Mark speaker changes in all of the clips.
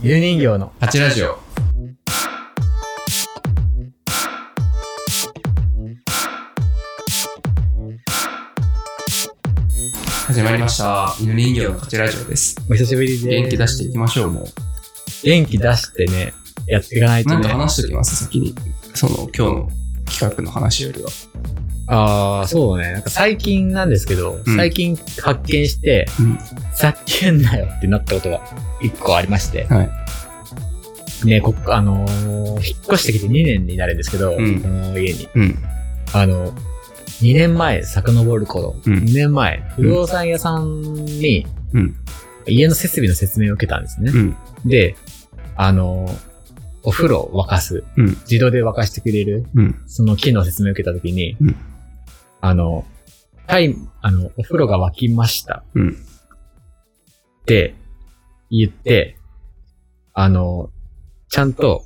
Speaker 1: ゆ人形の
Speaker 2: 八ラジオ。始まりました。犬人形の八ラジオです。
Speaker 1: お久しぶりです
Speaker 2: 元気出していきましょう、もう。
Speaker 1: 元気出してねやっていかないと
Speaker 2: なん
Speaker 1: ね
Speaker 2: か話しておきます、先に。その、今日の企画の話よりは。
Speaker 1: ああそうねなんか最近なんですけど、
Speaker 2: うん
Speaker 1: 最近発見して
Speaker 2: うん。
Speaker 1: ざっけんなよってなったことが一個ありまして
Speaker 2: はい。
Speaker 1: ねこあのー引っ越してきて2年になるんですけど、
Speaker 2: うん
Speaker 1: この家に
Speaker 2: うん。
Speaker 1: あの2年前遡る頃、
Speaker 2: うん
Speaker 1: 2年前不動産屋さんに
Speaker 2: うん。
Speaker 1: 家の設備の説明を受けたんですね、
Speaker 2: うん。
Speaker 1: で、あの、お風呂を沸かす。
Speaker 2: うん
Speaker 1: 自動で沸かしてくれる、
Speaker 2: うん。
Speaker 1: その機能を説明を受けたときに、
Speaker 2: うん
Speaker 1: あの、タイあの、お風呂が沸きましたっ
Speaker 2: うん。
Speaker 1: て言って、あの、ちゃんと、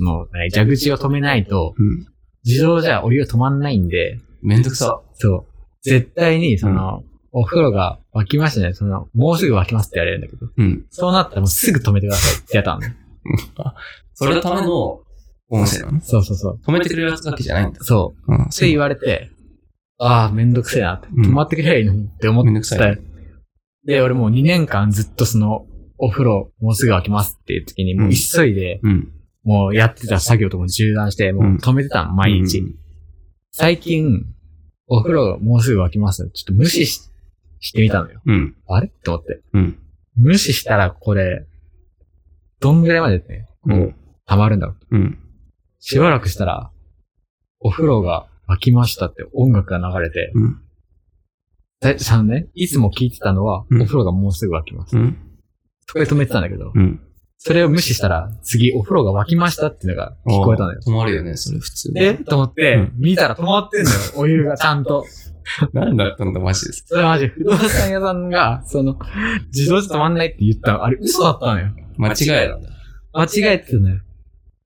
Speaker 1: もう、ね蛇口を止めないと、
Speaker 2: うん。
Speaker 1: 自動じゃお湯が止まんないんで、
Speaker 2: めんどくさ。
Speaker 1: そう。絶対に、その、お風呂が沸きましたね。その、もうすぐ沸きますってやれるんだけど。
Speaker 2: うん。
Speaker 1: そうなったらもうすぐ止めてくださいってやったの。
Speaker 2: それのための音声なの
Speaker 1: そうそうそう。
Speaker 2: 止めてくれるやつだけじゃないんだ。
Speaker 1: そう。
Speaker 2: うん。
Speaker 1: って言われて、ああ、めんどくせえなって、
Speaker 2: うん
Speaker 1: 止まってくれりゃいいのにって思
Speaker 2: めん
Speaker 1: っ
Speaker 2: どくさ
Speaker 1: てた
Speaker 2: い
Speaker 1: よ。。で、俺もう2年間ずっとその、お風呂、もうすぐ開きますっていう時に、もう急いで、
Speaker 2: うん。
Speaker 1: もうやってた作業とも中断して、もう止めてたの、毎日。
Speaker 2: うん。
Speaker 1: 最近、お風呂、もうすぐ開きます。ちょっと無視ししてみたのよ。
Speaker 2: うん。
Speaker 1: あれって思って。
Speaker 2: うん。
Speaker 1: 無視したら、これ、どんぐらいまでね、こう、溜まるんだろう。
Speaker 2: うん。
Speaker 1: しばらくしたら、お風呂が開きましたって音楽が流れて、
Speaker 2: うん。
Speaker 1: 最初のね、いつも聞いてたのは、
Speaker 2: うん
Speaker 1: お風呂がもうすぐ沸きます。
Speaker 2: うん。
Speaker 1: そこで止めてたんだけど、
Speaker 2: うん。
Speaker 1: それを無視したら、次お風呂が沸きましたっていうのが聞こえたのよ。
Speaker 2: 止まるよね、それ普通。
Speaker 1: えと思って、
Speaker 2: うん
Speaker 1: 見たら止まって んのよ、お湯がちゃんと。
Speaker 2: 何だったんだ、マジです。
Speaker 1: それはマジ、不動産屋さんが、その、自動じゃ止まんないって言ったのあれ嘘だったのよ。
Speaker 2: 間違いなんだ。
Speaker 1: 間違えてたのよ。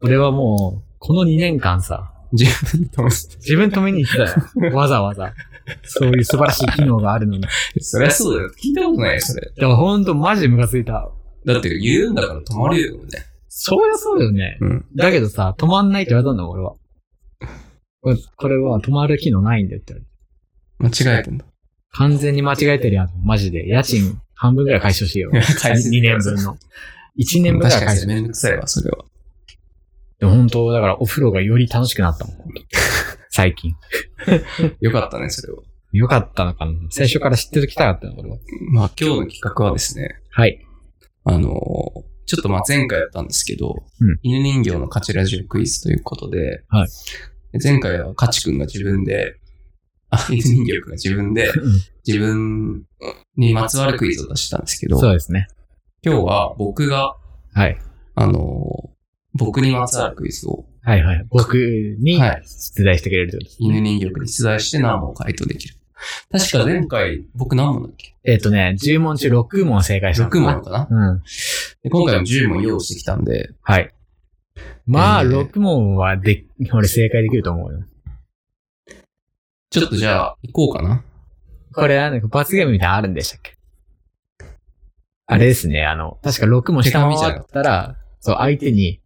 Speaker 1: 俺はもう、この2年間さ、
Speaker 2: 自分で止めて
Speaker 1: 自分止めに行って たよ。わざわざ。そういう素晴らしい機能があるのに。
Speaker 2: た。そりゃそうだよ。聞いたことないよ、それ。
Speaker 1: でもほんとマジムカついた。
Speaker 2: だって言うんだから止まるよね。
Speaker 1: そりゃそうだよね。
Speaker 2: うん。
Speaker 1: だけどさ、止まんないって言われたんだもん、俺は。これこれは止まる機能ないんだよって言われて。
Speaker 2: 間違えてんだ。
Speaker 1: 完全に間違えてるやん。マジで。家賃半分ぐらい解消してよ。2年分の。1年分ぐらい
Speaker 2: 確か
Speaker 1: 解
Speaker 2: に
Speaker 1: 消。
Speaker 2: めんどくさいわ、それは。
Speaker 1: でも本当、だからお風呂がより楽しくなったもん。最近。
Speaker 2: よかったね、それは。
Speaker 1: よかったのかな。最初から知ってるきたかったの、俺は。
Speaker 2: まあ今日の企画はですね、
Speaker 1: はい。
Speaker 2: あのーちょっとまあ前回やったんですけど、
Speaker 1: うん
Speaker 2: 犬人形の勝ちラジオクイズということで、
Speaker 1: はい
Speaker 2: で前回は勝ちくんが自分で、あ、犬人形くんが自分で、自分にまつわるクイズを出したんですけど、
Speaker 1: そうですね。
Speaker 2: 今日は僕が、
Speaker 1: はい。
Speaker 2: あのー僕にまつわるクイズを
Speaker 1: はいはい。僕に
Speaker 2: はい
Speaker 1: 出題してくれるってことですね
Speaker 2: 犬人形に出題して何問回答できる。確か前回僕何問だっけ
Speaker 1: えっとね、10問中6問正解したの
Speaker 2: ?6
Speaker 1: かな
Speaker 2: 問かな
Speaker 1: うん。
Speaker 2: で今回も10問用意してきたんで、
Speaker 1: はい。まあ、
Speaker 2: えー
Speaker 1: 6問はで、俺正解できると思うよ。
Speaker 2: ちょっとじゃあ行こうかな。
Speaker 1: これ、あの、罰ゲームみたいなのあるんでしたっけあれですね、あの、確か6問下回ったら、そう、相手に、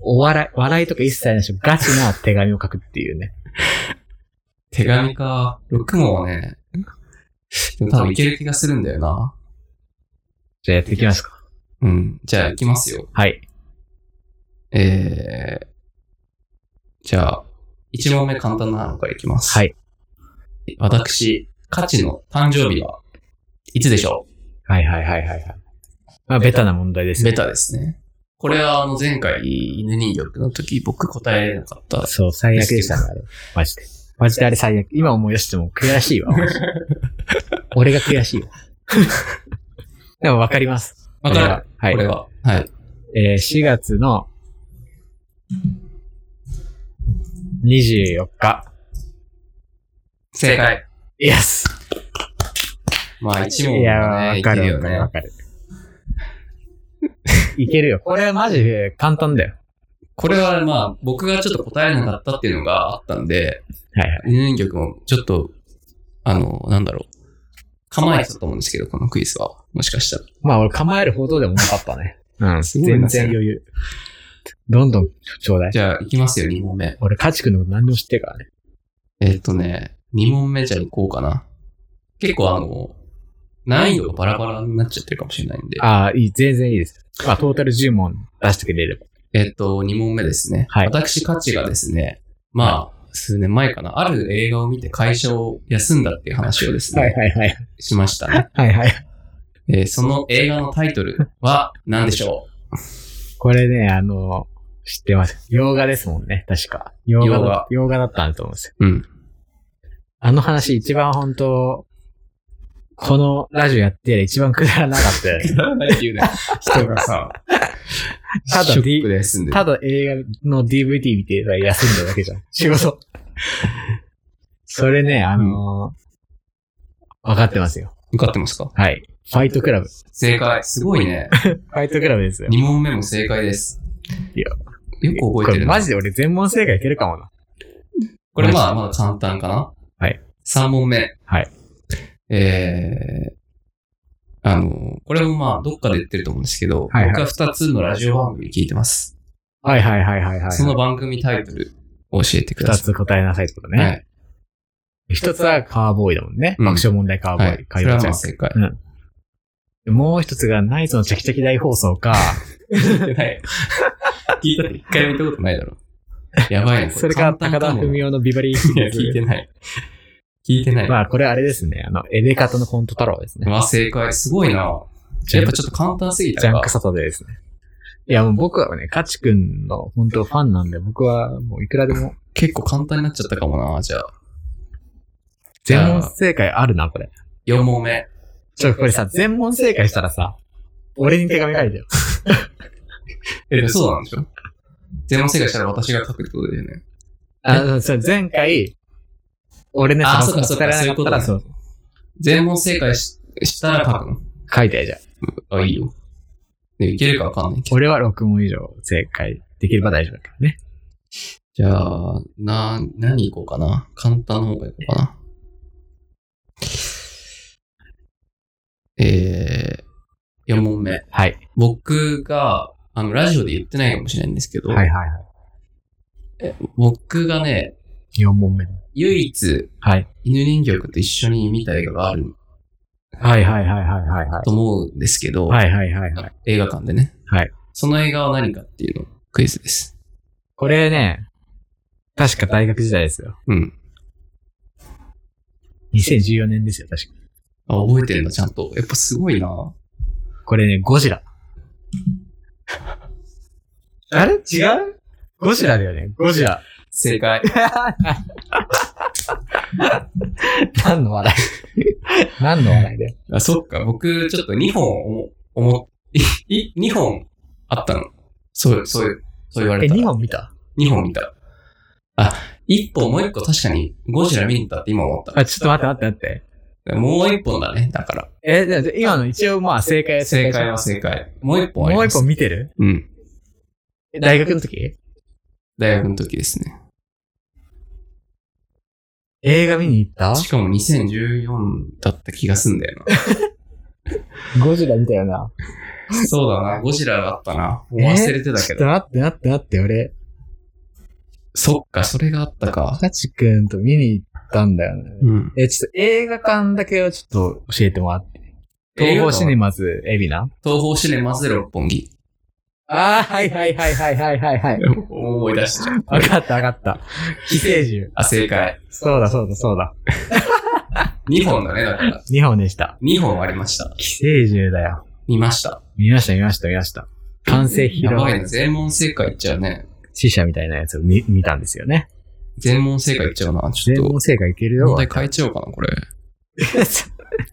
Speaker 1: お笑い、笑いとか一切ないし、ガチな手紙を書くっていうね。
Speaker 2: 手紙か。6問はね、でも多分いける気がするんだよな。
Speaker 1: じゃあやっていきますか。
Speaker 2: うん。じゃあ行きますよ。
Speaker 1: はい。
Speaker 2: えー、じゃあ、1問目簡単なのからいきます。
Speaker 1: はい。
Speaker 2: 私、カチの誕生日はいつでしょ
Speaker 1: はいはいはいはいはい。まあ、ベタな問題で
Speaker 2: う
Speaker 1: す
Speaker 2: ベ
Speaker 1: ね。
Speaker 2: タですね。これはあの前回犬人形の時僕答えれなかった。
Speaker 1: そう、最悪でしたね、あれ。マジで。マジであれ最悪。今思い出しても悔しいわ、マジ で俺が悔しいわ。でもわかります。
Speaker 2: わかる
Speaker 1: これははい
Speaker 2: これは。はい。
Speaker 1: えー4月の24日。
Speaker 2: 正解。
Speaker 1: イエス
Speaker 2: まあ1
Speaker 1: い
Speaker 2: 問
Speaker 1: や、
Speaker 2: はね、
Speaker 1: わ
Speaker 2: い
Speaker 1: か
Speaker 2: ける
Speaker 1: る
Speaker 2: よ
Speaker 1: わかる
Speaker 2: ね
Speaker 1: わ。かる。いけるよ。これマジで簡単だよ。
Speaker 2: これはまあ僕がちょっと答えれなかったっていうのがあったんで、
Speaker 1: はいはい。
Speaker 2: 犬人曲もちょっと、あの、なんだろう。構えてたと思うんですけど、このクイズは。もしかしたら。
Speaker 1: まあ俺構えるほどでもなかったね。うん。
Speaker 2: すごい
Speaker 1: 全
Speaker 2: な
Speaker 1: 然余裕。どんどんちょうだい。
Speaker 2: じゃあ、行きますよ、2問目。
Speaker 1: 俺、カチ君のこと何でも知ってるからね。
Speaker 2: えっとね、2問目じゃあ行こうかな。結構あの、難易度がバラバラになっちゃってるかもしれないんで。
Speaker 1: ああ、いい、全然いいです。まあ、トータル10問出してくれれば。
Speaker 2: えっと、2問目ですね。
Speaker 1: はい
Speaker 2: 私、価値がですね、まあ、数年前かな、ある映画を見て会社を休んだっていう話をですね、
Speaker 1: はいはい。
Speaker 2: しましたね、
Speaker 1: はいはい。
Speaker 2: えーその映画のタイトルは何でしょ
Speaker 1: これね、あの、知ってます。洋画ですもんね、確か。洋画
Speaker 2: 洋
Speaker 1: だ
Speaker 2: 画、
Speaker 1: 洋画だったんだと思うんですよ。
Speaker 2: ううん。
Speaker 1: あの話一番本当、このラジオやってりゃ一番くだらなかったよね。
Speaker 2: 人がさ、
Speaker 1: ただ
Speaker 2: ショックで休 んでる
Speaker 1: ただ映画の DVD 見てたら休んだだけじゃん。仕事。それね、あのー分かってますよ。
Speaker 2: 受かってますか
Speaker 1: はい。ファイトクラブ。フ
Speaker 2: 正解。すごいね。
Speaker 1: ァイトクラブですよ。
Speaker 2: 2問目も正解です。
Speaker 1: いや
Speaker 2: よく覚えてる
Speaker 1: これ
Speaker 2: な
Speaker 1: マ。ジで俺全問正解いけるかもな。
Speaker 2: これまあ、まだ簡単かな。
Speaker 1: はい。
Speaker 2: 3問目。
Speaker 1: はい。
Speaker 2: えー、あの、これもまあ、どっかで言ってると思うんですけど、
Speaker 1: はいはい
Speaker 2: 僕は2つのラジオ番組聞いてます。
Speaker 1: はいはいはいはいはい。
Speaker 2: その番組タイトルを教えてくだ
Speaker 1: 二
Speaker 2: さ
Speaker 1: つ答えなさいってこと
Speaker 2: い。は
Speaker 1: ね。
Speaker 2: い。
Speaker 1: 一、つはカーボーイだもんね。
Speaker 2: うん
Speaker 1: 爆笑問題カーボーイ。
Speaker 2: はい。そ
Speaker 1: カイ
Speaker 2: れ
Speaker 1: ド
Speaker 2: は
Speaker 1: ち
Speaker 2: ま
Speaker 1: ゃ
Speaker 2: あ、
Speaker 1: ん
Speaker 2: 正解。
Speaker 1: もう一つがナイツのチャキチャキ大放送か。
Speaker 2: ない。聞いたって一回も見たことないだろ。やばいね。こ
Speaker 1: それから高田
Speaker 2: 簡単かも
Speaker 1: 文雄のビバリーヒ
Speaker 2: いや、
Speaker 1: ル
Speaker 2: 聞いて
Speaker 1: ズ。
Speaker 2: ない。聞いてない。
Speaker 1: まあこれあれですね。あの、エレカタのコント太郎ですね。
Speaker 2: まあ、正解。すごいな。やっぱちょっと簡単すぎ
Speaker 1: ジ
Speaker 2: た
Speaker 1: ャン
Speaker 2: か
Speaker 1: ク。サタデーですね。いや、もう僕はね、カチ君の本当ファンなんで、僕はもういくらでも、
Speaker 2: 結構簡単になっちゃったかもな、じゃあ。 じ
Speaker 1: 全
Speaker 2: ゃ
Speaker 1: 問
Speaker 2: あ、
Speaker 1: 正解あるな、これ。
Speaker 2: 4問目。
Speaker 1: ちょ、これさ、全問正解したらさ、俺に手紙書いてよ。
Speaker 2: え、そうなんでしょ全問正解したら私が書くってことだよね。
Speaker 1: あの、そう前回、俺ね、
Speaker 2: あ
Speaker 1: その
Speaker 2: そうかそう
Speaker 1: 答
Speaker 2: か
Speaker 1: えられなったら
Speaker 2: そ
Speaker 1: そうう
Speaker 2: 全問正解ししたら書くの
Speaker 1: 書いて、じゃあ。
Speaker 2: あ、いいよ。ね、いけるかわかんないけど。
Speaker 1: 俺は6問以上正解できれば大丈夫だからね。
Speaker 2: じゃあ、な、何行こうかな。簡単な方がいこうかな。えー、4問目。
Speaker 1: はい。
Speaker 2: 僕が、あの、ラジオで言ってないかもしれないんですけど、
Speaker 1: はいはいは
Speaker 2: 僕がね、
Speaker 1: い。4問目。
Speaker 2: 唯一、
Speaker 1: はい。
Speaker 2: 犬人形と一緒に見た映画がある
Speaker 1: はいはいはいはいはいはい。
Speaker 2: と思うんですけど、
Speaker 1: はいはいはいはい。
Speaker 2: 映画館でね。
Speaker 1: はい。
Speaker 2: その映画は何かっていうの、クイズです。
Speaker 1: これね、確か大学時代ですよ。
Speaker 2: うん。
Speaker 1: 2014年ですよ、確か。
Speaker 2: あ、覚えてるんだ、ちゃんと。やっぱすごいな
Speaker 1: これね、ゴジラ。あれ違うゴジラだよね。ゴジラ。
Speaker 2: 正解。
Speaker 1: 何の笑い 何の笑いだよ。
Speaker 2: あ、そっか。僕、ちょっと2本思、思、い、2本あったの。そう、そう、そう言わ
Speaker 1: え、
Speaker 2: れたら。
Speaker 1: 2本見た
Speaker 2: 2本見た。あ、1本、もう1個確かにゴジラ見に行ったって今思った。
Speaker 1: あ、ちょっと待って待って待って。
Speaker 2: もう1本だね、だから。
Speaker 1: え、じゃあ今の一応まあ正解は
Speaker 2: 正
Speaker 1: じゃ
Speaker 2: 解
Speaker 1: ん
Speaker 2: は正解。もう1本あり
Speaker 1: もう
Speaker 2: ま
Speaker 1: 一
Speaker 2: す。
Speaker 1: 本見てる
Speaker 2: 本。うん。
Speaker 1: え大学の時
Speaker 2: 大学の時ですね。
Speaker 1: 映画見に行った
Speaker 2: しかも2014だった気がすんだよな。
Speaker 1: ゴジラ見たよな。
Speaker 2: そうだな、ゴジラだったな。もう
Speaker 1: え
Speaker 2: 忘れてたけ
Speaker 1: ち
Speaker 2: ど。
Speaker 1: ょっと待って待って待って、俺、
Speaker 2: そっか、それがあったか。
Speaker 1: カチ君と見に行ったんだよね。
Speaker 2: うん。
Speaker 1: え、ちょっと映画館だけをちょっと教えてもらって。東宝シネマズ、エビナ
Speaker 2: 東方シネマズで六本木。
Speaker 1: ああ、はいはいはいはいはいはいはい。
Speaker 2: 思い出した。
Speaker 1: わかったわかった。寄生獣。
Speaker 2: あ、正解。
Speaker 1: そうだそうだそうだ。
Speaker 2: 2本だね、だから。
Speaker 1: 2本でした。
Speaker 2: 2本ありました。
Speaker 1: 寄生獣だよ。
Speaker 2: 見ました。
Speaker 1: 見ました見ました見ました。完成披
Speaker 2: やばい
Speaker 1: 露
Speaker 2: ね。全問正解いっちゃうね。
Speaker 1: 死者みたいなやつを見見たんですよね。
Speaker 2: 全問正解いっちゃうな。ち
Speaker 1: 全
Speaker 2: ょっ
Speaker 1: 問正解いける
Speaker 2: と、
Speaker 1: よ
Speaker 2: 問。題変えちゃおうかな、これ。
Speaker 1: は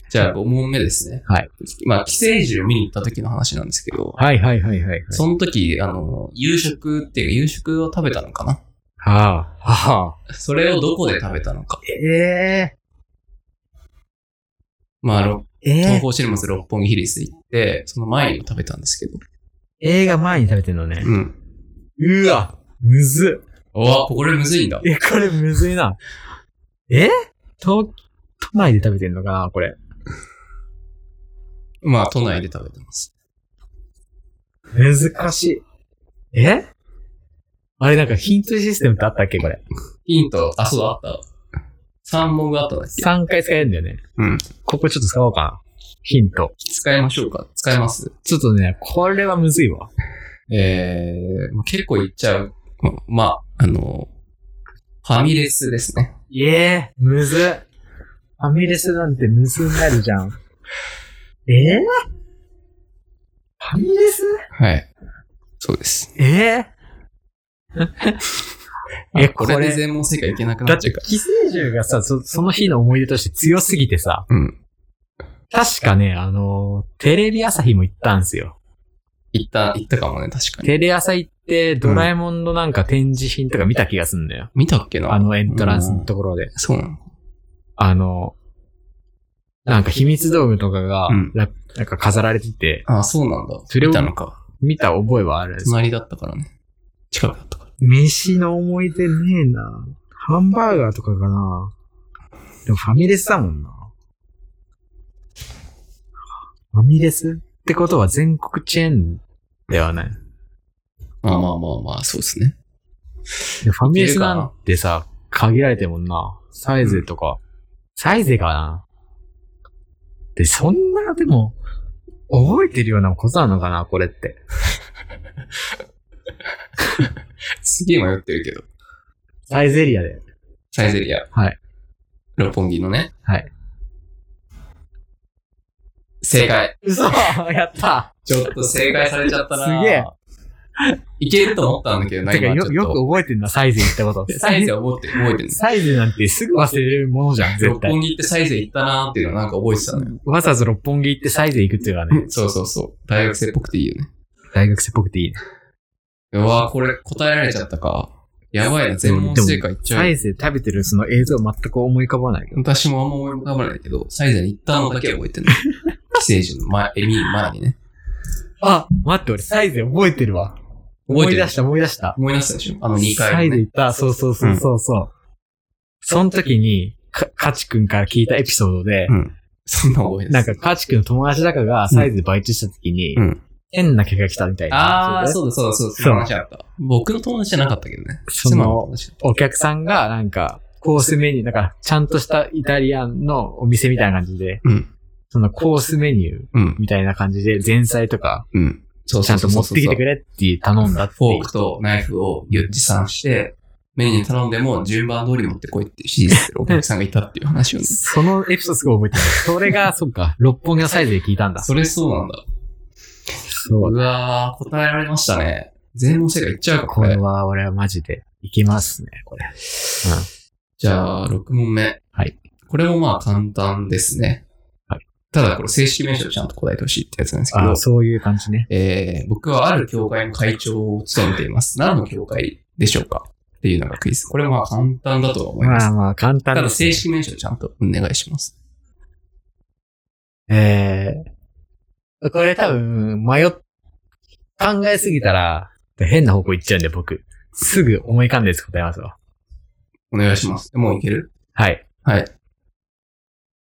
Speaker 2: じゃあ、5問目ですね。
Speaker 1: はい。
Speaker 2: まあ、寄生獣見に行った時の話なんですけど、
Speaker 1: いはいはいはいはい。
Speaker 2: その時、あの、夕食っていうか、夕食を食べたのかな
Speaker 1: はあ。はあ。
Speaker 2: それをどこで食べたのか。
Speaker 1: え
Speaker 2: まあ、ろ
Speaker 1: ええ
Speaker 2: 東
Speaker 1: え
Speaker 2: 方シネマズ六本木ヒルズ行って、その前にも食べたんですけど。
Speaker 1: 映画前に食べてんのね。
Speaker 2: うん。
Speaker 1: うわ。むずっ。
Speaker 2: うわ、これむずいんだ。
Speaker 1: え、これむずいな。え東、都内で食べてんのかなこれ。
Speaker 2: まあ、都内で食べてます。
Speaker 1: 難しい。えあれなんかヒントシステムってあったっけこれ。
Speaker 2: ヒント、あ、そうだ、あった。3問があったんだっけ
Speaker 1: 3回使えるんだよね。
Speaker 2: うん。
Speaker 1: ここちょっと使おうかな。ヒント。
Speaker 2: 使いましょうか。使います。
Speaker 1: ちょっとね、これはむずいわ。
Speaker 2: えー、まあ結構いっちゃう。まあ、あの、ファミレスですね。
Speaker 1: いえ、むずっ。ファミレスなんてむずになるじゃん。ええファミレス
Speaker 2: はい。そうです。
Speaker 1: ええ え、
Speaker 2: こ
Speaker 1: こ
Speaker 2: れ
Speaker 1: れ、
Speaker 2: で全問正解いけなくな
Speaker 1: だ
Speaker 2: っ
Speaker 1: っ
Speaker 2: ちゃ
Speaker 1: て
Speaker 2: うから。
Speaker 1: 寄生獣がさそ、その日の思い出として強すぎてさ、
Speaker 2: うん。
Speaker 1: 確かね、あのーテレビ朝日も行ったんですよ。
Speaker 2: いった、いったかもね、確かに。
Speaker 1: テレ朝行って、ドラえもんのなんか展示品とか見た気がすんだよ。
Speaker 2: 見たっけな
Speaker 1: あのエントランスのところで。
Speaker 2: そうなの
Speaker 1: あの、なんか秘密道具とかが、
Speaker 2: うん
Speaker 1: ラなんか飾られてて、
Speaker 2: あ、そうなんだ。
Speaker 1: それを
Speaker 2: 見たのか。
Speaker 1: 見た覚えはあるんですよ
Speaker 2: 隣だったからね。近くだったから。
Speaker 1: 飯の思い出ねえな。ハンバーガーとかかな。でもファミレスだもんな。ファミレスってことは全国チェーンではない。
Speaker 2: まあまあまあまあ、そうですね。
Speaker 1: でファミレスなんてさ、限られてるもんな。サイズとか。サイズかな。で、そんな、でも、覚えてるようなことなのかな、これって。
Speaker 2: すげえ迷ってるけど。
Speaker 1: サイズエリアで。
Speaker 2: サイゼリア。
Speaker 1: はい。
Speaker 2: 六本木のね。
Speaker 1: はい。
Speaker 2: 正解。
Speaker 1: 嘘やった
Speaker 2: ちょっと正解されちゃったな
Speaker 1: すげえ。
Speaker 2: いけると思ったんだけどな、
Speaker 1: てか
Speaker 2: 今ちょっ
Speaker 1: よ、
Speaker 2: と。。
Speaker 1: よく覚えてんな、サイズ行った こと
Speaker 2: サイゼは覚えてる、覚えてる。
Speaker 1: サイズなんてすぐ忘れるものじゃん、絶
Speaker 2: 六
Speaker 1: 対。
Speaker 2: 本木行ってサイゼ行ったなーっていうのはなんか覚えてたのよ。
Speaker 1: わざわざ六本木行ってサイズ行くっていうのはね、
Speaker 2: そうそうそう。大学生っぽくていいよね。
Speaker 1: 大学生っぽくていいね。
Speaker 2: うわーこれ答えられちゃったか。やばいな、全問正解いっちゃ
Speaker 1: サ
Speaker 2: うよ。
Speaker 1: イズ食べてるその映像全く思い浮かばないけど。
Speaker 2: 私もあんま思い浮かばないけど、サイゼに行ったのだけは覚えてるの。寄生獣の前、エミーの前にね。
Speaker 1: あ、待って、俺サイズ覚えてるわ。
Speaker 2: 覚え
Speaker 1: 思
Speaker 2: て
Speaker 1: い
Speaker 2: る
Speaker 1: 出した、思い出した。
Speaker 2: 思い出したでしょあの2
Speaker 1: サ
Speaker 2: 回
Speaker 1: イ
Speaker 2: の
Speaker 1: ズ
Speaker 2: ね。
Speaker 1: 行った、そうそうそうそうそう。その時に、か、かちくんから聞いたエピソードで
Speaker 2: う、ん。そんな覚えです。
Speaker 1: なんか、かちくんの友達だかがサイズでバイトした時に、
Speaker 2: うん
Speaker 1: 変な客が来たみたいな。
Speaker 2: ああ、
Speaker 1: それで
Speaker 2: そうだそうだそうだ、
Speaker 1: そう
Speaker 2: その話あった。僕の友達じゃなかったけどね。
Speaker 1: その
Speaker 2: 妻の友達だった。
Speaker 1: お客さんが、なんか、コースメニュー、なんか、ちゃんとしたイタリアンのお店みたいな感じで、
Speaker 2: うん。
Speaker 1: そのコースメニュー
Speaker 2: うん。
Speaker 1: みたいな感じで、前菜とか、
Speaker 2: うん。そう
Speaker 1: ちゃ
Speaker 2: そうんそ
Speaker 1: と持っ
Speaker 2: うそうそ
Speaker 1: て
Speaker 2: う
Speaker 1: きてくれっていう頼んだって
Speaker 2: フ
Speaker 1: い
Speaker 2: ォー
Speaker 1: う。。
Speaker 2: クとナイフを持参して、メニュー頼んでも順番通り持ってこいって指示するお客さんがいたっていう話をね
Speaker 1: そのエピソードすごい覚えてる。それが、そっ か、六本木のサイズで聞いたんだ。
Speaker 2: それそうなんだ。
Speaker 1: そう
Speaker 2: う。わー、答えられましたね。全問正解いっちゃうか、こ
Speaker 1: これ
Speaker 2: れ。
Speaker 1: は、俺はマジで、いきますね、これ。
Speaker 2: じゃあ、6問目。
Speaker 1: はい。
Speaker 2: これもまあ簡単ですね。。
Speaker 1: はい
Speaker 2: ただ、これ正式名称ちゃんと答えてほしいってやつなんですけ
Speaker 1: あ
Speaker 2: ど
Speaker 1: あ、、そういう感じね。
Speaker 2: えー、僕はある教会の会長を務めてい ます。何の教会でしょうかっていうのがクイズ。これまあ簡単だとは思いま。
Speaker 1: ますあまあ、簡単
Speaker 2: ただ
Speaker 1: ですね
Speaker 2: 正式名称ちゃんとお願いします。
Speaker 1: えー、これ多分、迷っ、考えすぎたら、変な方向行っちゃうんで、僕。すぐ思い浮かんだやつ答えますわ。
Speaker 2: お願いします。もういける
Speaker 1: はい。
Speaker 2: はい。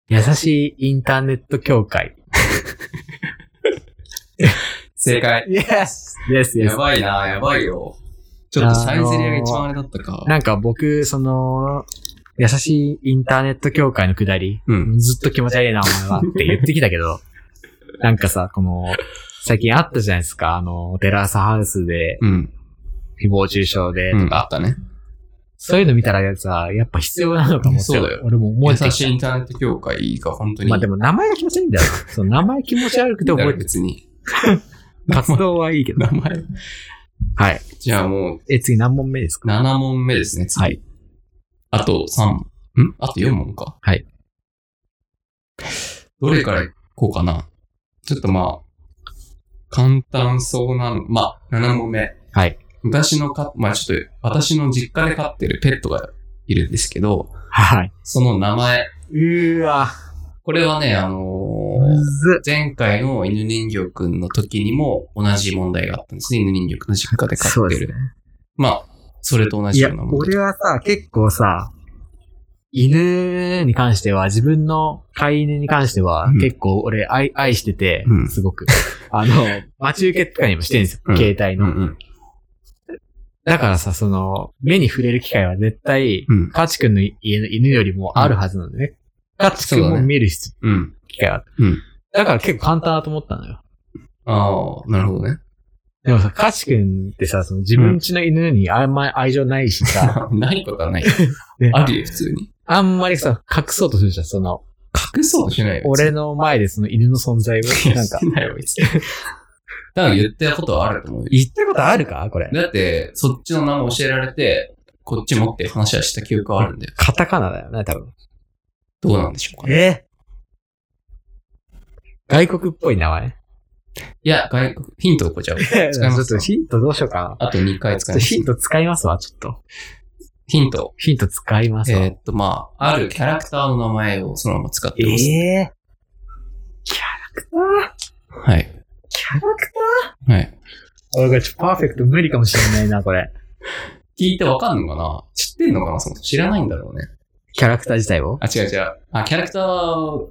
Speaker 1: 優しいインターネット協会。
Speaker 2: 正解。
Speaker 1: Yes! Yes,
Speaker 2: や
Speaker 1: yes.
Speaker 2: ばいな、やばいよ。ちょっとサイゼリアが一番あれだったか。
Speaker 1: なんか僕、その、優しいインターネット協会のくだり、
Speaker 2: うん。
Speaker 1: ずっと気持ち悪いな、お前はって言ってきたけど、なんかさ、この、最近あったじゃないですか、あの、テラスハウスで、
Speaker 2: うん。
Speaker 1: 誹謗中傷で、
Speaker 2: うん、あったね。
Speaker 1: そういうの見たらやつは、やっぱ必要なのかもって
Speaker 2: そうだよ
Speaker 1: 俺も思
Speaker 2: 優
Speaker 1: えてき
Speaker 2: しいインターネット協会が本当
Speaker 1: た。
Speaker 2: に。
Speaker 1: まあでも名前が気持ち悪いんだよな。その名前気持ち悪くて覚えてる。
Speaker 2: 別 に。
Speaker 1: 活動はいいけど。
Speaker 2: 名前。
Speaker 1: はい。
Speaker 2: じゃあもう、
Speaker 1: え、次何問目ですか
Speaker 2: 7問目ですね、次。
Speaker 1: はい
Speaker 2: あと3、んあと4問か。
Speaker 1: はい。
Speaker 2: どれからいこうかな。ちょっとまあ、簡単そうなの。まあ、7問目。
Speaker 1: はい。
Speaker 2: 私のか、まあちょっと、私の実家で飼ってるペットがいるんですけど、
Speaker 1: はい。
Speaker 2: その名前。
Speaker 1: うーわ。
Speaker 2: これはね、あの
Speaker 1: む
Speaker 2: ー
Speaker 1: ずっ
Speaker 2: 前回の犬人形くんの時にも同じ問題があったんですね。犬人形くんの実家で飼
Speaker 1: そう
Speaker 2: って
Speaker 1: です
Speaker 2: る。
Speaker 1: ね。
Speaker 2: まあ、それと同
Speaker 1: い
Speaker 2: じよ
Speaker 1: や
Speaker 2: うな、問題。
Speaker 1: 俺はさ、結構さ、犬に関しては、自分の飼い犬に関しては
Speaker 2: う、ん
Speaker 1: 結構俺愛、愛してて
Speaker 2: う、ん
Speaker 1: すごく。あ の、待ち受けとかにもしてるんです
Speaker 2: う
Speaker 1: よ、
Speaker 2: ん
Speaker 1: 携帯
Speaker 2: う
Speaker 1: の。
Speaker 2: ん
Speaker 1: だからさ、その、目に触れる機会は絶対、
Speaker 2: うん。
Speaker 1: カチ君の家の犬よりもあるはずなんでね。カチ君
Speaker 2: そう
Speaker 1: も
Speaker 2: だね
Speaker 1: 見る必
Speaker 2: うん。
Speaker 1: 機会はある。
Speaker 2: うん
Speaker 1: だから結構簡単だと思ったのよ。
Speaker 2: ああ、なるほどね。
Speaker 1: でもさ、カチ君ってさ、その自分家の犬にあんまり愛情ないしさ、
Speaker 2: ないことはない。
Speaker 1: ね
Speaker 2: あるよ、普通に。
Speaker 1: あんまりさ、隠そうとするじゃん、その、
Speaker 2: 隠そうとしないよ。
Speaker 1: 俺の前でその犬の存在
Speaker 2: 別に、
Speaker 1: を、
Speaker 2: な
Speaker 1: なんん
Speaker 2: か
Speaker 1: か、。
Speaker 2: ないよ、別に。多分言ったことはあると思うよ。
Speaker 1: 言ったことあるかこれ。
Speaker 2: だって、そっちの名前教えられて、こっち持って話はした記憶はあるんで、
Speaker 1: カタカナだよね、多分。
Speaker 2: どうなんでしょうかね。
Speaker 1: え外国っぽい名前。
Speaker 2: いや、外国、ヒントをこちゃう。
Speaker 1: ち
Speaker 2: 使います
Speaker 1: ょっとヒントどうしようかな。
Speaker 2: あと2回
Speaker 1: ち
Speaker 2: 使
Speaker 1: ょ
Speaker 2: い
Speaker 1: っと
Speaker 2: ます。
Speaker 1: ヒント使いますわ、ちょっと。
Speaker 2: ヒント。
Speaker 1: ヒント使いますわ。
Speaker 2: えーっと、まあ、あるキャラクターの名前をそのまま使ってます。
Speaker 1: えキャラクター
Speaker 2: はい。
Speaker 1: キャラク
Speaker 2: はい。
Speaker 1: ター俺がちょっとパーフェクト無理かもしれないな、これ。
Speaker 2: 聞いてわかんのかな知ってんのかなそもそも知らないんだろうね。
Speaker 1: キャラクター自体を
Speaker 2: あ、違う違う。あ、キャラクターは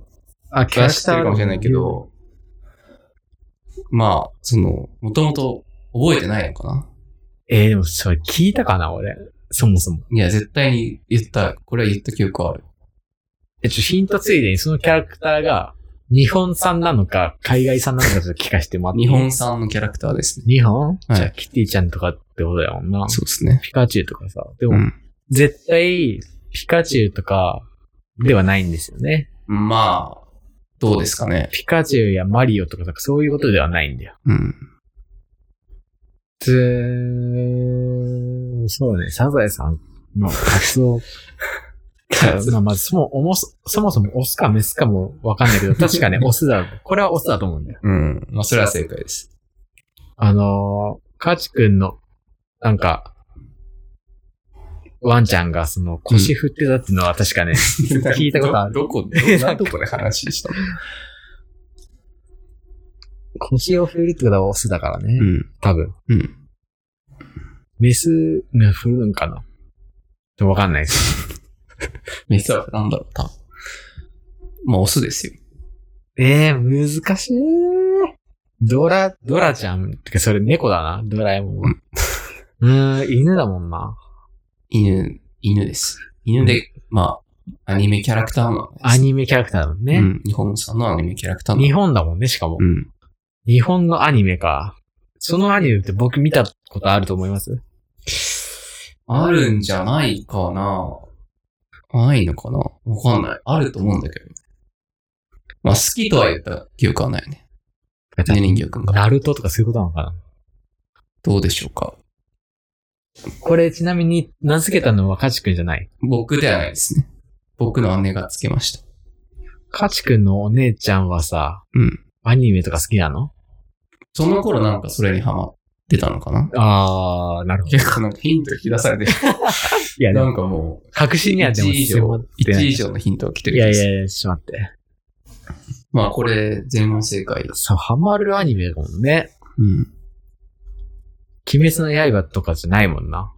Speaker 1: あ、キャラク
Speaker 2: 知っ
Speaker 1: タ
Speaker 2: て
Speaker 1: ー
Speaker 2: るかもしれないけ。ど、まあ、その、もともと覚えてないのかな
Speaker 1: えー、でもそれ聞いたかな、俺。そもそも。
Speaker 2: いや、絶対に言った、これは言った記憶はある。
Speaker 1: え、ちょ、ヒントついでにそのキャラクターが日本産なのか、海外産なのかちょっと聞かせてもらっていい。
Speaker 2: 日本産のキャラクターですね。
Speaker 1: 日本、
Speaker 2: はい
Speaker 1: じゃあ、キティちゃんとかってことだよな。
Speaker 2: そうですね。
Speaker 1: ピカチュウとかさ。でも、
Speaker 2: うん
Speaker 1: 絶対、ピカチュウとかではないんですよね。
Speaker 2: まあ、どうですかね。
Speaker 1: ピカチュウやマリオとかさ、そういうことではないんだよ。
Speaker 2: うん。
Speaker 1: つー、そうね、サザエさんの活 動まあ、まずそも、おもそ、そもそもオスかメスかもわかんないけど、確かね、オスだ。これはオスだと思うんだよ。
Speaker 2: うん。まあ、それは正解です。
Speaker 1: あのー、カチ君の、なんか、ワンちゃんがその腰振ってたっていうのは確かね、 聞いたことある
Speaker 2: どどこ
Speaker 1: えな
Speaker 2: ど、
Speaker 1: んか
Speaker 2: どこで話したの
Speaker 1: 腰を振るってことはオスだからね。
Speaker 2: うん。
Speaker 1: 多分。
Speaker 2: うん。
Speaker 1: メスが振るんかなちょっとわかんないです。
Speaker 2: メスはなんだろう、多分。まあ、オスですよ。
Speaker 1: ええ難しい。ドラ、ドラちゃん、てかそれ猫だな、ドラえもんは。 うーん、犬だもんな。
Speaker 2: 犬、犬です。犬で、まあ、アニメキャラクターの。
Speaker 1: アニメキャラクターだもん
Speaker 2: う
Speaker 1: ね。
Speaker 2: ん。日本産のアニメキャラクターの。
Speaker 1: 日本だもんね、しかも。
Speaker 2: うん。
Speaker 1: 日本のアニメか。そのアニメって僕見たことあると思います
Speaker 2: あるんじゃないかなないのかなわかんない。あると思うんだけど。まあ、好きとは言った記憶はないね。ね人形くんが。
Speaker 1: ナルトとかそういうことなのかな
Speaker 2: どうでしょうか
Speaker 1: これちなみに名付けたのはカチ君じゃない。
Speaker 2: 僕ではないですね。僕の姉がつけました。
Speaker 1: カチ君のお姉ちゃんはさ、
Speaker 2: うん。
Speaker 1: アニメとか好きなの
Speaker 2: その頃なんかそれにハマってたのかな
Speaker 1: あー、なるほど。い
Speaker 2: 結構なんかヒント引き出されてる。
Speaker 1: や、で
Speaker 2: な
Speaker 1: も
Speaker 2: んかもう、
Speaker 1: 確信にはでも
Speaker 2: 1以
Speaker 1: 必要
Speaker 2: 上
Speaker 1: っ、てな
Speaker 2: 1
Speaker 1: い
Speaker 2: 以上のヒントが来て
Speaker 1: い
Speaker 2: る
Speaker 1: や
Speaker 2: んで
Speaker 1: い
Speaker 2: す。
Speaker 1: やいや、ちょっと待って。
Speaker 2: まあこれ、全問正解。
Speaker 1: そう、ハマるアニメだもんね。
Speaker 2: うん。
Speaker 1: 鬼滅の刃とかじゃないもんな。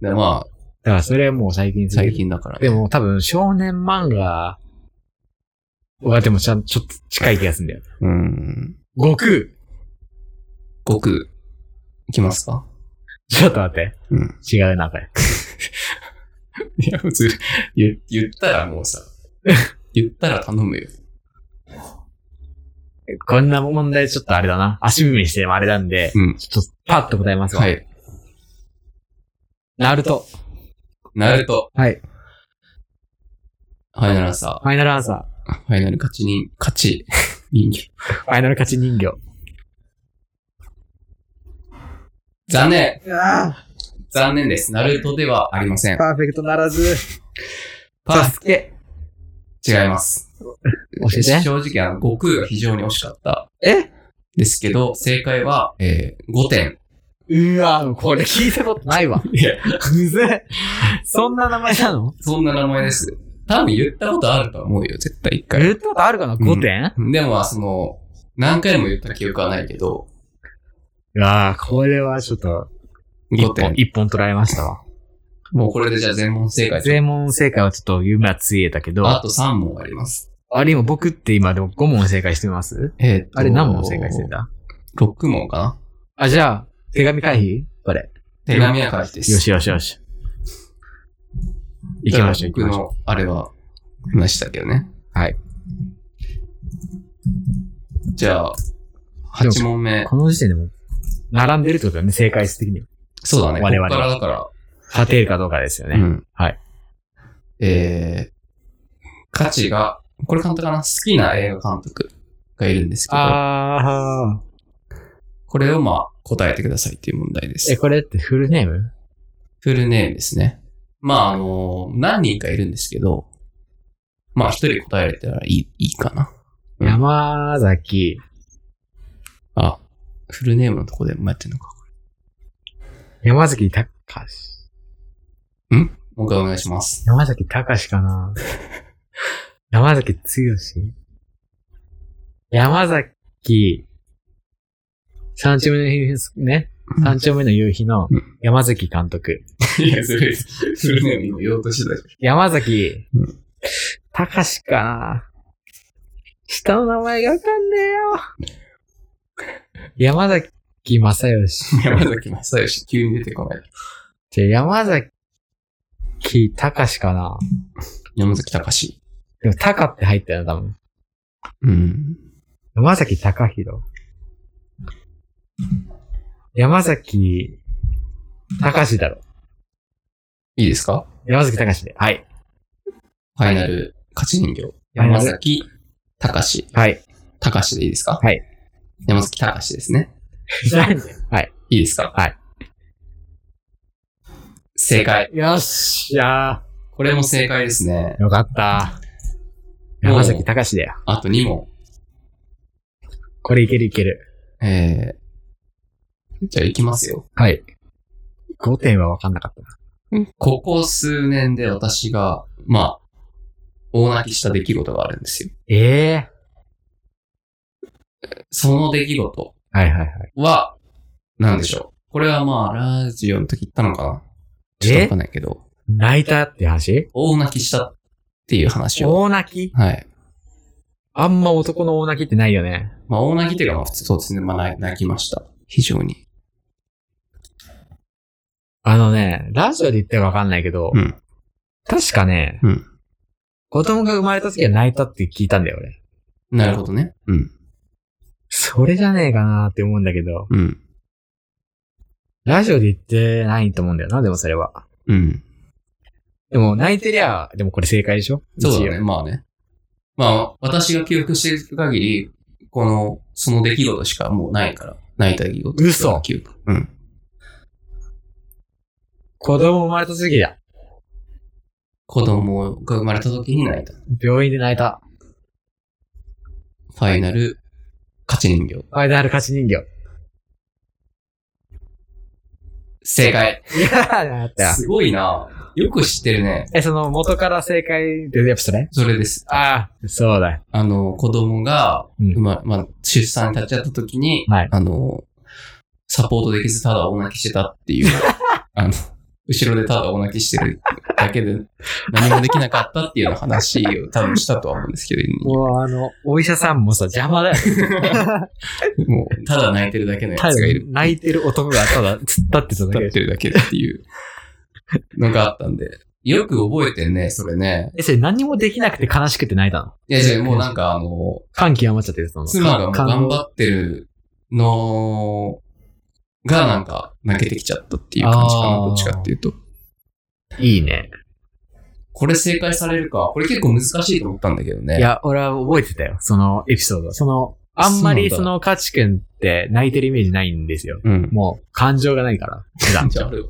Speaker 2: でまあ、
Speaker 1: だからそれはもう最近すぎる
Speaker 2: 最。近だから。
Speaker 1: でも多分少年漫画はでもちゃんちょっと近い気がするんだよ。
Speaker 2: うん。
Speaker 1: 悟空
Speaker 2: 悟空、いきますか
Speaker 1: ちょっと待って。
Speaker 2: うん。
Speaker 1: 違うな、これ。
Speaker 2: いや、普通、言言ったらもう さ、言ったら頼むよ。
Speaker 1: こんな問題ちょっとあれだな。足踏みしてもあれなんで、
Speaker 2: うん。
Speaker 1: ちょっとパッと答えますわ。。
Speaker 2: はいい。
Speaker 1: ナルト。
Speaker 2: ナルト、
Speaker 1: はい。
Speaker 2: ファイナルアンサ
Speaker 1: ファイナルアンサ
Speaker 2: ー、ファイナル勝ち人、勝ち、人気。
Speaker 1: ー。ファイナル勝ち人形。
Speaker 2: 残念
Speaker 1: あ
Speaker 2: 残念です。ナルトではありません。
Speaker 1: パーフェクトならず。
Speaker 2: パー
Speaker 1: スケ。
Speaker 2: 違います。
Speaker 1: 教えて。
Speaker 2: 正直、あの、悟空が非常に惜しかった。
Speaker 1: え
Speaker 2: ですけど、正解は、えー、5点。
Speaker 1: うわこれ聞いたことないわ。
Speaker 2: いや、
Speaker 1: むずい。そんな名前なの
Speaker 2: そんな名前です。多分言ったことあると思うよ、絶対一
Speaker 1: 言
Speaker 2: 回。
Speaker 1: ったことあるかな
Speaker 2: うん
Speaker 1: ?5 点、
Speaker 2: でも、その、何回も言った記憶はないけど、
Speaker 1: いやー、これはちょっと、
Speaker 2: 5
Speaker 1: 一本
Speaker 2: 点、。
Speaker 1: 一本取られましたわ。
Speaker 2: もうこれでじゃあ全問正解。
Speaker 1: 全問正解はちょっと夢はついえたけど、
Speaker 2: あ
Speaker 1: あ
Speaker 2: と3問あります。
Speaker 1: れ今僕って今でも5問正解してます
Speaker 2: えーっと
Speaker 1: あれ何問正解してた
Speaker 2: ?6 問かな
Speaker 1: あ、じゃあ、手紙回避これ。
Speaker 2: 手紙は回避です。
Speaker 1: よしよしよし。行きましょう、行き
Speaker 2: 僕
Speaker 1: ましょ
Speaker 2: の、あれは、話したけどね。
Speaker 1: はい。
Speaker 2: じゃあ、8問目
Speaker 1: う。。この時点でも、並んでるってことだね、正解数的に。
Speaker 2: そうだね。
Speaker 1: 我々は
Speaker 2: ここからだから、
Speaker 1: 勝てるかどうかですよね。
Speaker 2: うん。
Speaker 1: はい。
Speaker 2: えー、価値が、これ監督かな好きな映画監督がいるんですけど、
Speaker 1: あー。
Speaker 2: これをまあ、答えてくださいっていう問題で
Speaker 1: え、
Speaker 2: す。
Speaker 1: これってフルネーム
Speaker 2: フルネームですね。まあ、あのー何人かいるんですけど、まあ、一人答えられたらいい、いいかな。うん
Speaker 1: 山崎。
Speaker 2: あ、フルネームのとこでもやってんのか。
Speaker 1: 山崎隆史。
Speaker 2: もう一回お願いします。
Speaker 1: 山崎隆史かな 山崎剛山崎、三丁目の夕日ね。三丁目の夕日の
Speaker 2: うん
Speaker 1: 山崎監督。
Speaker 2: いや、それ、フルネーム今言おうとしてたじ
Speaker 1: 山崎
Speaker 2: う、
Speaker 1: 隆史かな下の名前がわかんねえよ。山崎正義。
Speaker 2: ゃん。山崎正義、急に出てこない。
Speaker 1: じゃあ山崎隆かな
Speaker 2: 山崎隆。
Speaker 1: でも、隆って入ったよな、多分。
Speaker 2: うん。
Speaker 1: 山崎隆弘。山崎隆だろ。
Speaker 2: いいですか
Speaker 1: 山崎隆で。はい。
Speaker 2: ファイナル勝ち人形。
Speaker 1: ァイナル
Speaker 2: 山崎隆。
Speaker 1: はい。
Speaker 2: 隆でいいですか
Speaker 1: はい。
Speaker 2: 山崎隆ですね。
Speaker 1: なんではい。
Speaker 2: いいですか
Speaker 1: はい。
Speaker 2: 正解。
Speaker 1: よっしゃ
Speaker 2: これも正解ですね
Speaker 1: ー。。よかった。
Speaker 2: もう
Speaker 1: 山崎隆だよ。
Speaker 2: あと2問。
Speaker 1: これいけるいける。
Speaker 2: えー、じゃあ行きますよ。
Speaker 1: はい。5点は分かんなかったな。
Speaker 2: ここ数年で私が、まあ、大泣きした出来事があるんですよ。
Speaker 1: ええ
Speaker 2: その出来事。
Speaker 1: はいはいはい。
Speaker 2: は、なんでしょう。これはまあ、ラジオの時言ったのかなちょっとわかんないけど、
Speaker 1: 泣いたって話
Speaker 2: 大泣きしたっていう話を。
Speaker 1: 大泣き
Speaker 2: はい。
Speaker 1: あんま男の大泣きってないよね。
Speaker 2: まあ、大泣きっていうか、まあ、普通、そうですね。まあ、泣泣きました。非常に。
Speaker 1: あのね、ラジオで言ったか分かんないけど、
Speaker 2: うん
Speaker 1: 確かね、
Speaker 2: うん
Speaker 1: 子供が生まれた時は泣いたって聞いたんだよ、俺。
Speaker 2: なるほどね。うん。
Speaker 1: それじゃねえかなって思うんだけど、
Speaker 2: うん。
Speaker 1: ラジオで言ってないと思うんだよな、でもそれは。
Speaker 2: うん。
Speaker 1: でも泣いてりゃ、でもこれ正解でしょ
Speaker 2: そうだね。
Speaker 1: 一応
Speaker 2: まあね。まあ、私が記憶している限り、この、その出来事しかもうないから。泣いた出来事。
Speaker 1: 嘘
Speaker 2: 記憶。うん。
Speaker 1: 子供生まれた時だ。
Speaker 2: 子供が生まれた時に泣いた。フ
Speaker 1: 病院で泣いた。
Speaker 2: ァイナル、勝ち人形。
Speaker 1: ファイナル勝ち人形。
Speaker 2: 正解。
Speaker 1: いやー、なったよ。
Speaker 2: すごいなよく知ってるね。
Speaker 1: え、その元から正解で、やっぱそれ
Speaker 2: それです。
Speaker 1: ああ、そうだよ。
Speaker 2: あの、子供が、
Speaker 1: うん
Speaker 2: 生ままあ、出産に立ち会った時に、
Speaker 1: はい
Speaker 2: あの、サポートできずただ大泣きしてたっていう、 あの、後ろでただ大泣きしてるだけで何もできなかったっていうような話を多分したとは思うんですけど、
Speaker 1: もうあの、 お医者さんもさ、邪魔だよ。
Speaker 2: もう、ただ泣いてるだけのやつがいる。
Speaker 1: 泣いてる男がただ、突っ立ってただけ
Speaker 2: 立
Speaker 1: で
Speaker 2: ってるだけっていうのがあったんで。よく覚えてんね、それね。
Speaker 1: え、それ何もできなくて悲しくて泣いたの
Speaker 2: いや、じゃあもうなんかあの、
Speaker 1: 感極まっちゃってる、その。
Speaker 2: 妻がもう
Speaker 1: 感
Speaker 2: 頑張ってるのがなんか泣けてきちゃったっていう感じかな、
Speaker 1: あー
Speaker 2: どっちかっていうと。
Speaker 1: いいね。
Speaker 2: これ正解されるか。これ結構難しいと思ったんだけどね。
Speaker 1: い、や、俺は覚えてたよ、そのエピソード。その、あんまり
Speaker 2: そう
Speaker 1: そ
Speaker 2: な
Speaker 1: の、カチくんって泣いてるイメージないんですよ。
Speaker 2: うん。。
Speaker 1: もう、感情がないから、普段
Speaker 2: じゃああれは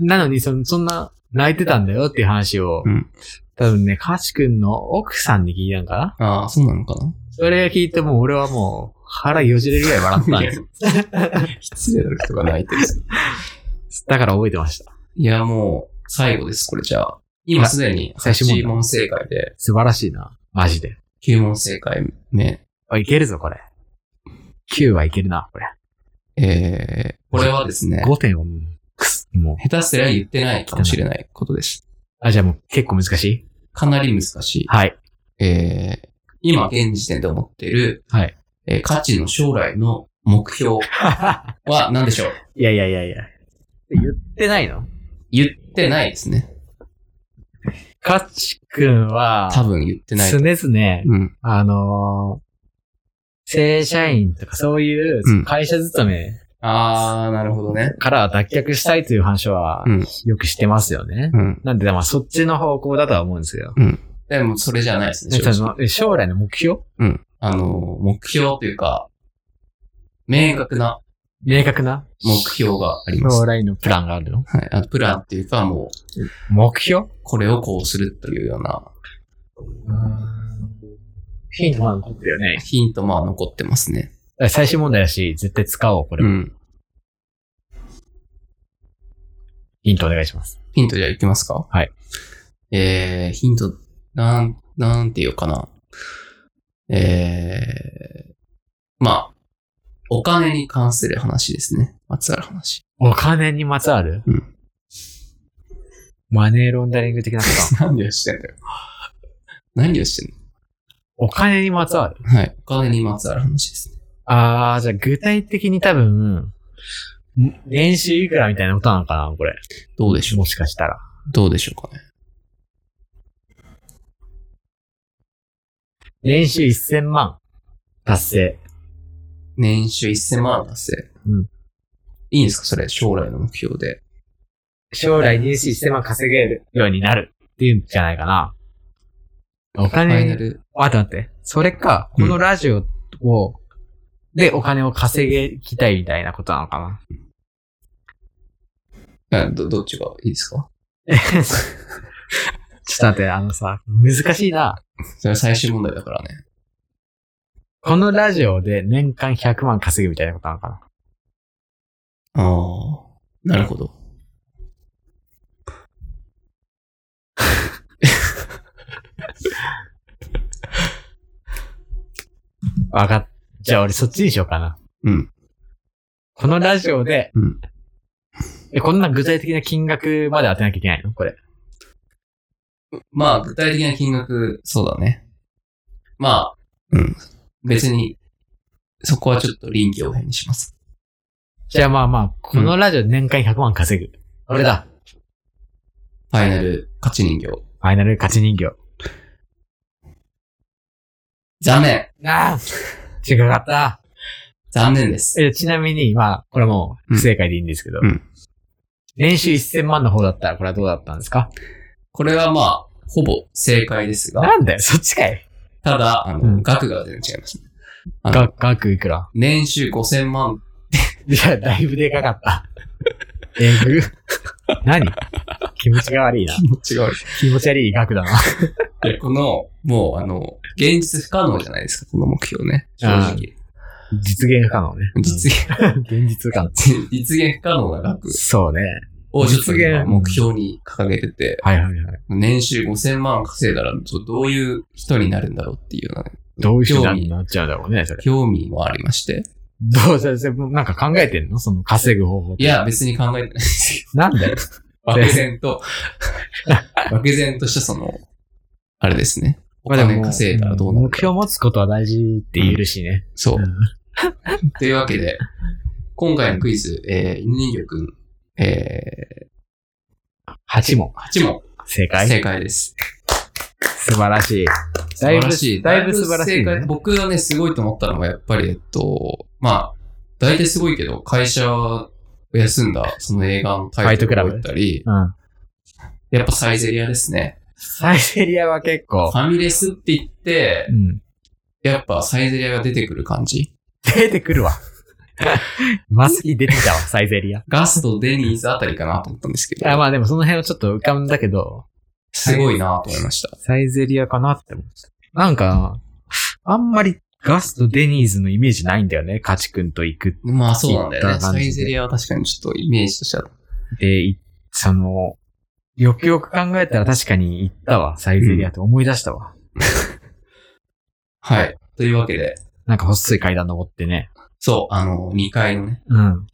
Speaker 1: なのに、その、そんな、泣いてたんだよっていう話を、
Speaker 2: うん
Speaker 1: 多分ね、カチくんの奥さんに聞いたんかな
Speaker 2: ああ、そうなのかな
Speaker 1: それ聞いてもう俺はもう、腹よじれるぐらい笑ったんですよ。
Speaker 2: 失礼な人が泣いてる。
Speaker 1: だから覚えてました。
Speaker 2: いや、もう、最後です、これじゃあ。今すでに
Speaker 1: 最終問題
Speaker 2: 8問正解で、
Speaker 1: 素晴らしいな。マジで。
Speaker 2: 9問正解目。
Speaker 1: あ、いけるぞ、これ。9はいけるな、これ。
Speaker 2: えー、これはですね、
Speaker 1: 5点を、くすもう。
Speaker 2: 下手すりゃ言ってないかもしれないことです。
Speaker 1: あ、じゃあもう結構難しい
Speaker 2: かなり難しい。
Speaker 1: はい。
Speaker 2: えー、今現時点で思っている、
Speaker 1: はい。
Speaker 2: えー価値の将来の目 標は何でしょう
Speaker 1: いやいやいやいや。言ってないの
Speaker 2: 言ってないですね。
Speaker 1: カチ君は、
Speaker 2: 多分言ってない
Speaker 1: 常。々、
Speaker 2: うん。
Speaker 1: あのー正社員とかそういう
Speaker 2: うん
Speaker 1: 会社勤め
Speaker 2: あー、なるほどね。
Speaker 1: からは脱却したいという話は
Speaker 2: うん
Speaker 1: よくしてますよね。
Speaker 2: うん。
Speaker 1: なんで、まあそっちの方向だとは思うんですけど。
Speaker 2: でも、それじゃないですね。
Speaker 1: え
Speaker 2: 正直
Speaker 1: そのえ将来の目標
Speaker 2: うん。あの、目標というか、明確な
Speaker 1: 明確な
Speaker 2: 目標があります。
Speaker 1: 将
Speaker 2: は
Speaker 1: 来のプランがあるの
Speaker 2: い。あのプランっていうか、もう、
Speaker 1: 目標
Speaker 2: これをこうするというような
Speaker 1: ヒントまだ残ってるよね。
Speaker 2: ヒントも残ってますね。
Speaker 1: 最終問題だし、絶対使おう、これ。
Speaker 2: うん。
Speaker 1: ヒントお願いします。
Speaker 2: ヒントじゃあいきますか
Speaker 1: はい。
Speaker 2: えー、ヒント、なん、なんて言うかな。えー、まあ、お金に関する話ですね。まつわる話。
Speaker 1: お金にまつわる
Speaker 2: うん
Speaker 1: マネーロンダリング的なこと か
Speaker 2: 何をしてんだよ。何をしてん
Speaker 1: お金にまつわる
Speaker 2: のはい。お金にまつわる話ですね。
Speaker 1: あー、じゃあ具体的に多分、年収いくらみたいなことなのかなこれ。
Speaker 2: どうでしょ
Speaker 1: もしかしたら。
Speaker 2: うどうでしょうかね。
Speaker 1: 年収1000万達成。
Speaker 2: 年収1000万達成。
Speaker 1: うん。
Speaker 2: いいんですかそれ、将来の目標で。
Speaker 1: 将来年収1000万稼げるようになるっていうんじゃないかな。お
Speaker 2: ファイ
Speaker 1: 金
Speaker 2: ナ、ル。
Speaker 1: 待って待って。それか、このラジオを、でお金を稼げきたいみたいなことなのかな。
Speaker 2: あど、どっちがいいですか
Speaker 1: ちょっと待って、あのさ、難しいな。
Speaker 2: それは最終問題だからね。
Speaker 1: このラジオで年間100万稼ぐみたいなことなのかな。
Speaker 2: ああ、なるほど。
Speaker 1: わかっ、じゃあ俺そっちにしようかな。
Speaker 2: うん。
Speaker 1: このラジオで、
Speaker 2: うん
Speaker 1: え、こんな具体的な金額まで当てなきゃいけないのこれ。
Speaker 2: まあ、具体的な金額、そうだね。まあ、うん。別に、そこはちょっと臨機応変にします。
Speaker 1: じゃあまあまあ、このラジオで年間100万稼ぐ。俺だ。
Speaker 2: ファイナル勝ち人形。
Speaker 1: ファイナル勝ち人形。
Speaker 2: 残念
Speaker 1: ああ違かった。
Speaker 2: 残念です。
Speaker 1: え、ちなみに、まあ、これはもう不正解でいいんですけど。
Speaker 2: うんうん
Speaker 1: 年収1000万の方だったら、これはどうだったんですか
Speaker 2: これはまあ、ほぼ正解ですが、
Speaker 1: なんだよ、そっちかい。
Speaker 2: ただ、あの、
Speaker 1: うん
Speaker 2: 額が全然違いますね。あの
Speaker 1: が、額いくら
Speaker 2: 年収5000万、
Speaker 1: いや、だいぶでかかった。 えぐ。何気持ちが悪いな。
Speaker 2: 違う。
Speaker 1: 気持ち悪い額だな。
Speaker 2: で、この、もう、あの、現実不可能じゃないですか、この目標ね。正直。
Speaker 1: 実現不可能ね。
Speaker 2: 実現、
Speaker 1: 現実不可能。
Speaker 2: 実現不可能な額
Speaker 1: そうね。
Speaker 2: をちょっと今
Speaker 1: 実現
Speaker 2: 目標に掲げてて、
Speaker 1: はいはいはい。
Speaker 2: 年収5000万稼いだらどういう人になるんだろうっていうような
Speaker 1: どういう手
Speaker 2: 興
Speaker 1: 段
Speaker 2: 味
Speaker 1: になっちゃうんだろうね、それ。
Speaker 2: 興味もありまして。
Speaker 1: どうせ、なんか考えてんのその稼ぐ方法。
Speaker 2: い、や、別に考えてない です
Speaker 1: なんだよ。
Speaker 2: けど。漠然と、 漠然としたその、あれですね。お金稼いだらどうなる
Speaker 1: 目標持つことは大事って言えるしね。
Speaker 2: そう
Speaker 1: うん。
Speaker 2: というわけで、今回のクイズ、えー、犬人形くん、え
Speaker 1: 8問。
Speaker 2: ー、8問
Speaker 1: 正解
Speaker 2: 正解です。
Speaker 1: 素晴らしい。
Speaker 2: 素晴らしい。
Speaker 1: だいぶ素晴らしいね
Speaker 2: だぶ正解僕がね、すごいと思ったのは、やっぱり、えっと、まあ、大体すごいけど、会社を休んだ、その映画のタイトルを言ったり、
Speaker 1: うん。
Speaker 2: やっぱサイゼリアですね。
Speaker 1: サイゼリアは結
Speaker 2: フ
Speaker 1: 構。
Speaker 2: ァミレスって言って
Speaker 1: う、ん。
Speaker 2: やっぱサイゼリアが出てくる感じ。
Speaker 1: 出てくるわ。マスキー出てきたわ、サイゼリア。
Speaker 2: ガスト、デニーズあたりかなと思ったんですけど、
Speaker 1: あまあでもその辺はちょっと浮かんだけど、
Speaker 2: すごいなと思いました。
Speaker 1: サイゼリアかなって思ってた。なんか、あんまりガスとデニーズのイメージないんだよね。カチ君と行く
Speaker 2: まあそうなんだよ
Speaker 1: い
Speaker 2: ね。
Speaker 1: った感
Speaker 2: サ
Speaker 1: じで
Speaker 2: イゼリアは確かにちょっとイメージとしては。
Speaker 1: で、いその、よくよく考えたら確かに行ったわ、サイゼリアって思い出したわ。
Speaker 2: はい。というわけで、
Speaker 1: なんか細い階段登ってね。
Speaker 2: そう、あの、2階のね、
Speaker 1: うん。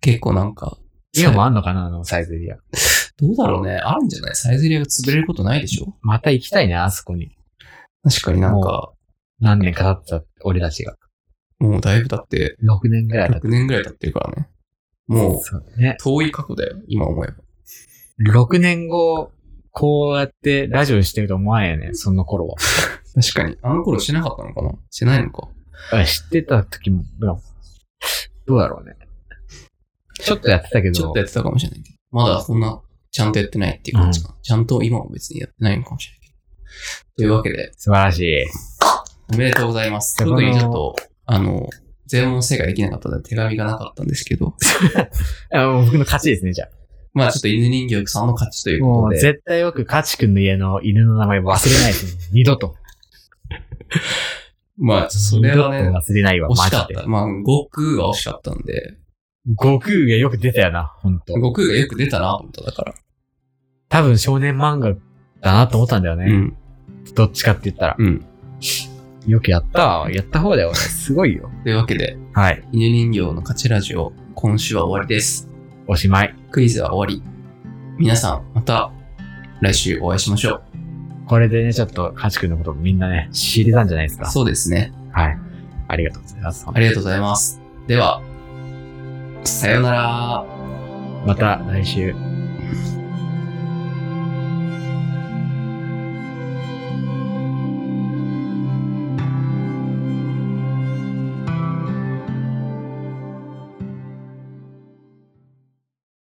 Speaker 2: 結構なんか、
Speaker 1: 今もあんのかなあの、サイゼリア。
Speaker 2: どうだろうね。あるんじゃないサイゼリアが潰れることないでしょ
Speaker 1: また行きたいね、あそこに。
Speaker 2: 確かになんか、
Speaker 1: 何年か経った、俺たちが。
Speaker 2: もうだいぶ経って、
Speaker 1: 6年ぐらい経っ
Speaker 2: 100年ぐらい経ってるからね。もう
Speaker 1: た。、そうね。
Speaker 2: 遠い過去だよ。今思えば。
Speaker 1: 6年後、こうやってラジオしてると思わんよね、その頃 は。
Speaker 2: 確かに。あの頃してなかったのかなしてないのか。
Speaker 1: あ知ってた時も、でもどうだろうね。ちょっとやってたけど、
Speaker 2: ちょっとやってたかもしれないけど。まだそんな、ちゃんとやってないっていう感じかな。ちゃんと今も別にやってないのかもしれないけど。というわけで、
Speaker 1: 素晴らしい。
Speaker 2: おめでとうございます。
Speaker 1: 手
Speaker 2: 特
Speaker 1: 紙を
Speaker 2: にちょっと、あの、全問正解できなかったので手紙がなかったんですけど、
Speaker 1: あもう僕の勝ちですね、じゃ
Speaker 2: まあちょっと犬人形さんの勝ちとい
Speaker 1: あ。
Speaker 2: うこ
Speaker 1: も
Speaker 2: と
Speaker 1: う
Speaker 2: で、
Speaker 1: 絶対よく勝ちくんの家の犬の名前忘れない ですね。二度と。
Speaker 2: まあそれはね
Speaker 1: 二、度と忘れないわ、
Speaker 2: 惜
Speaker 1: マ
Speaker 2: し
Speaker 1: ジ
Speaker 2: かっ
Speaker 1: で。
Speaker 2: た。まあ、悟空が惜しかったんで、
Speaker 1: 悟空がよく出たよな、ほんと。
Speaker 2: 悟空がよく出たな、と思っただから。
Speaker 1: 多分少年漫画だなと思ったんだよ
Speaker 2: う
Speaker 1: ね。
Speaker 2: ん。
Speaker 1: どっちかって言ったら。
Speaker 2: うん。
Speaker 1: よくやったわやった方だよ、俺すごいよ。
Speaker 2: というわけで、
Speaker 1: はい。
Speaker 2: 犬人形の勝ちラジオ、今週は終わりです。
Speaker 1: おしまい。
Speaker 2: クイズは終わり。皆さん、また来週お会いしましょう。
Speaker 1: これでね、ちょっと、カチ君のことみんなね、知れたんじゃないですか。
Speaker 2: そうですね。
Speaker 1: はい。ありがとうございます。
Speaker 2: ありがとうございます。では、さようなら。
Speaker 1: また来週。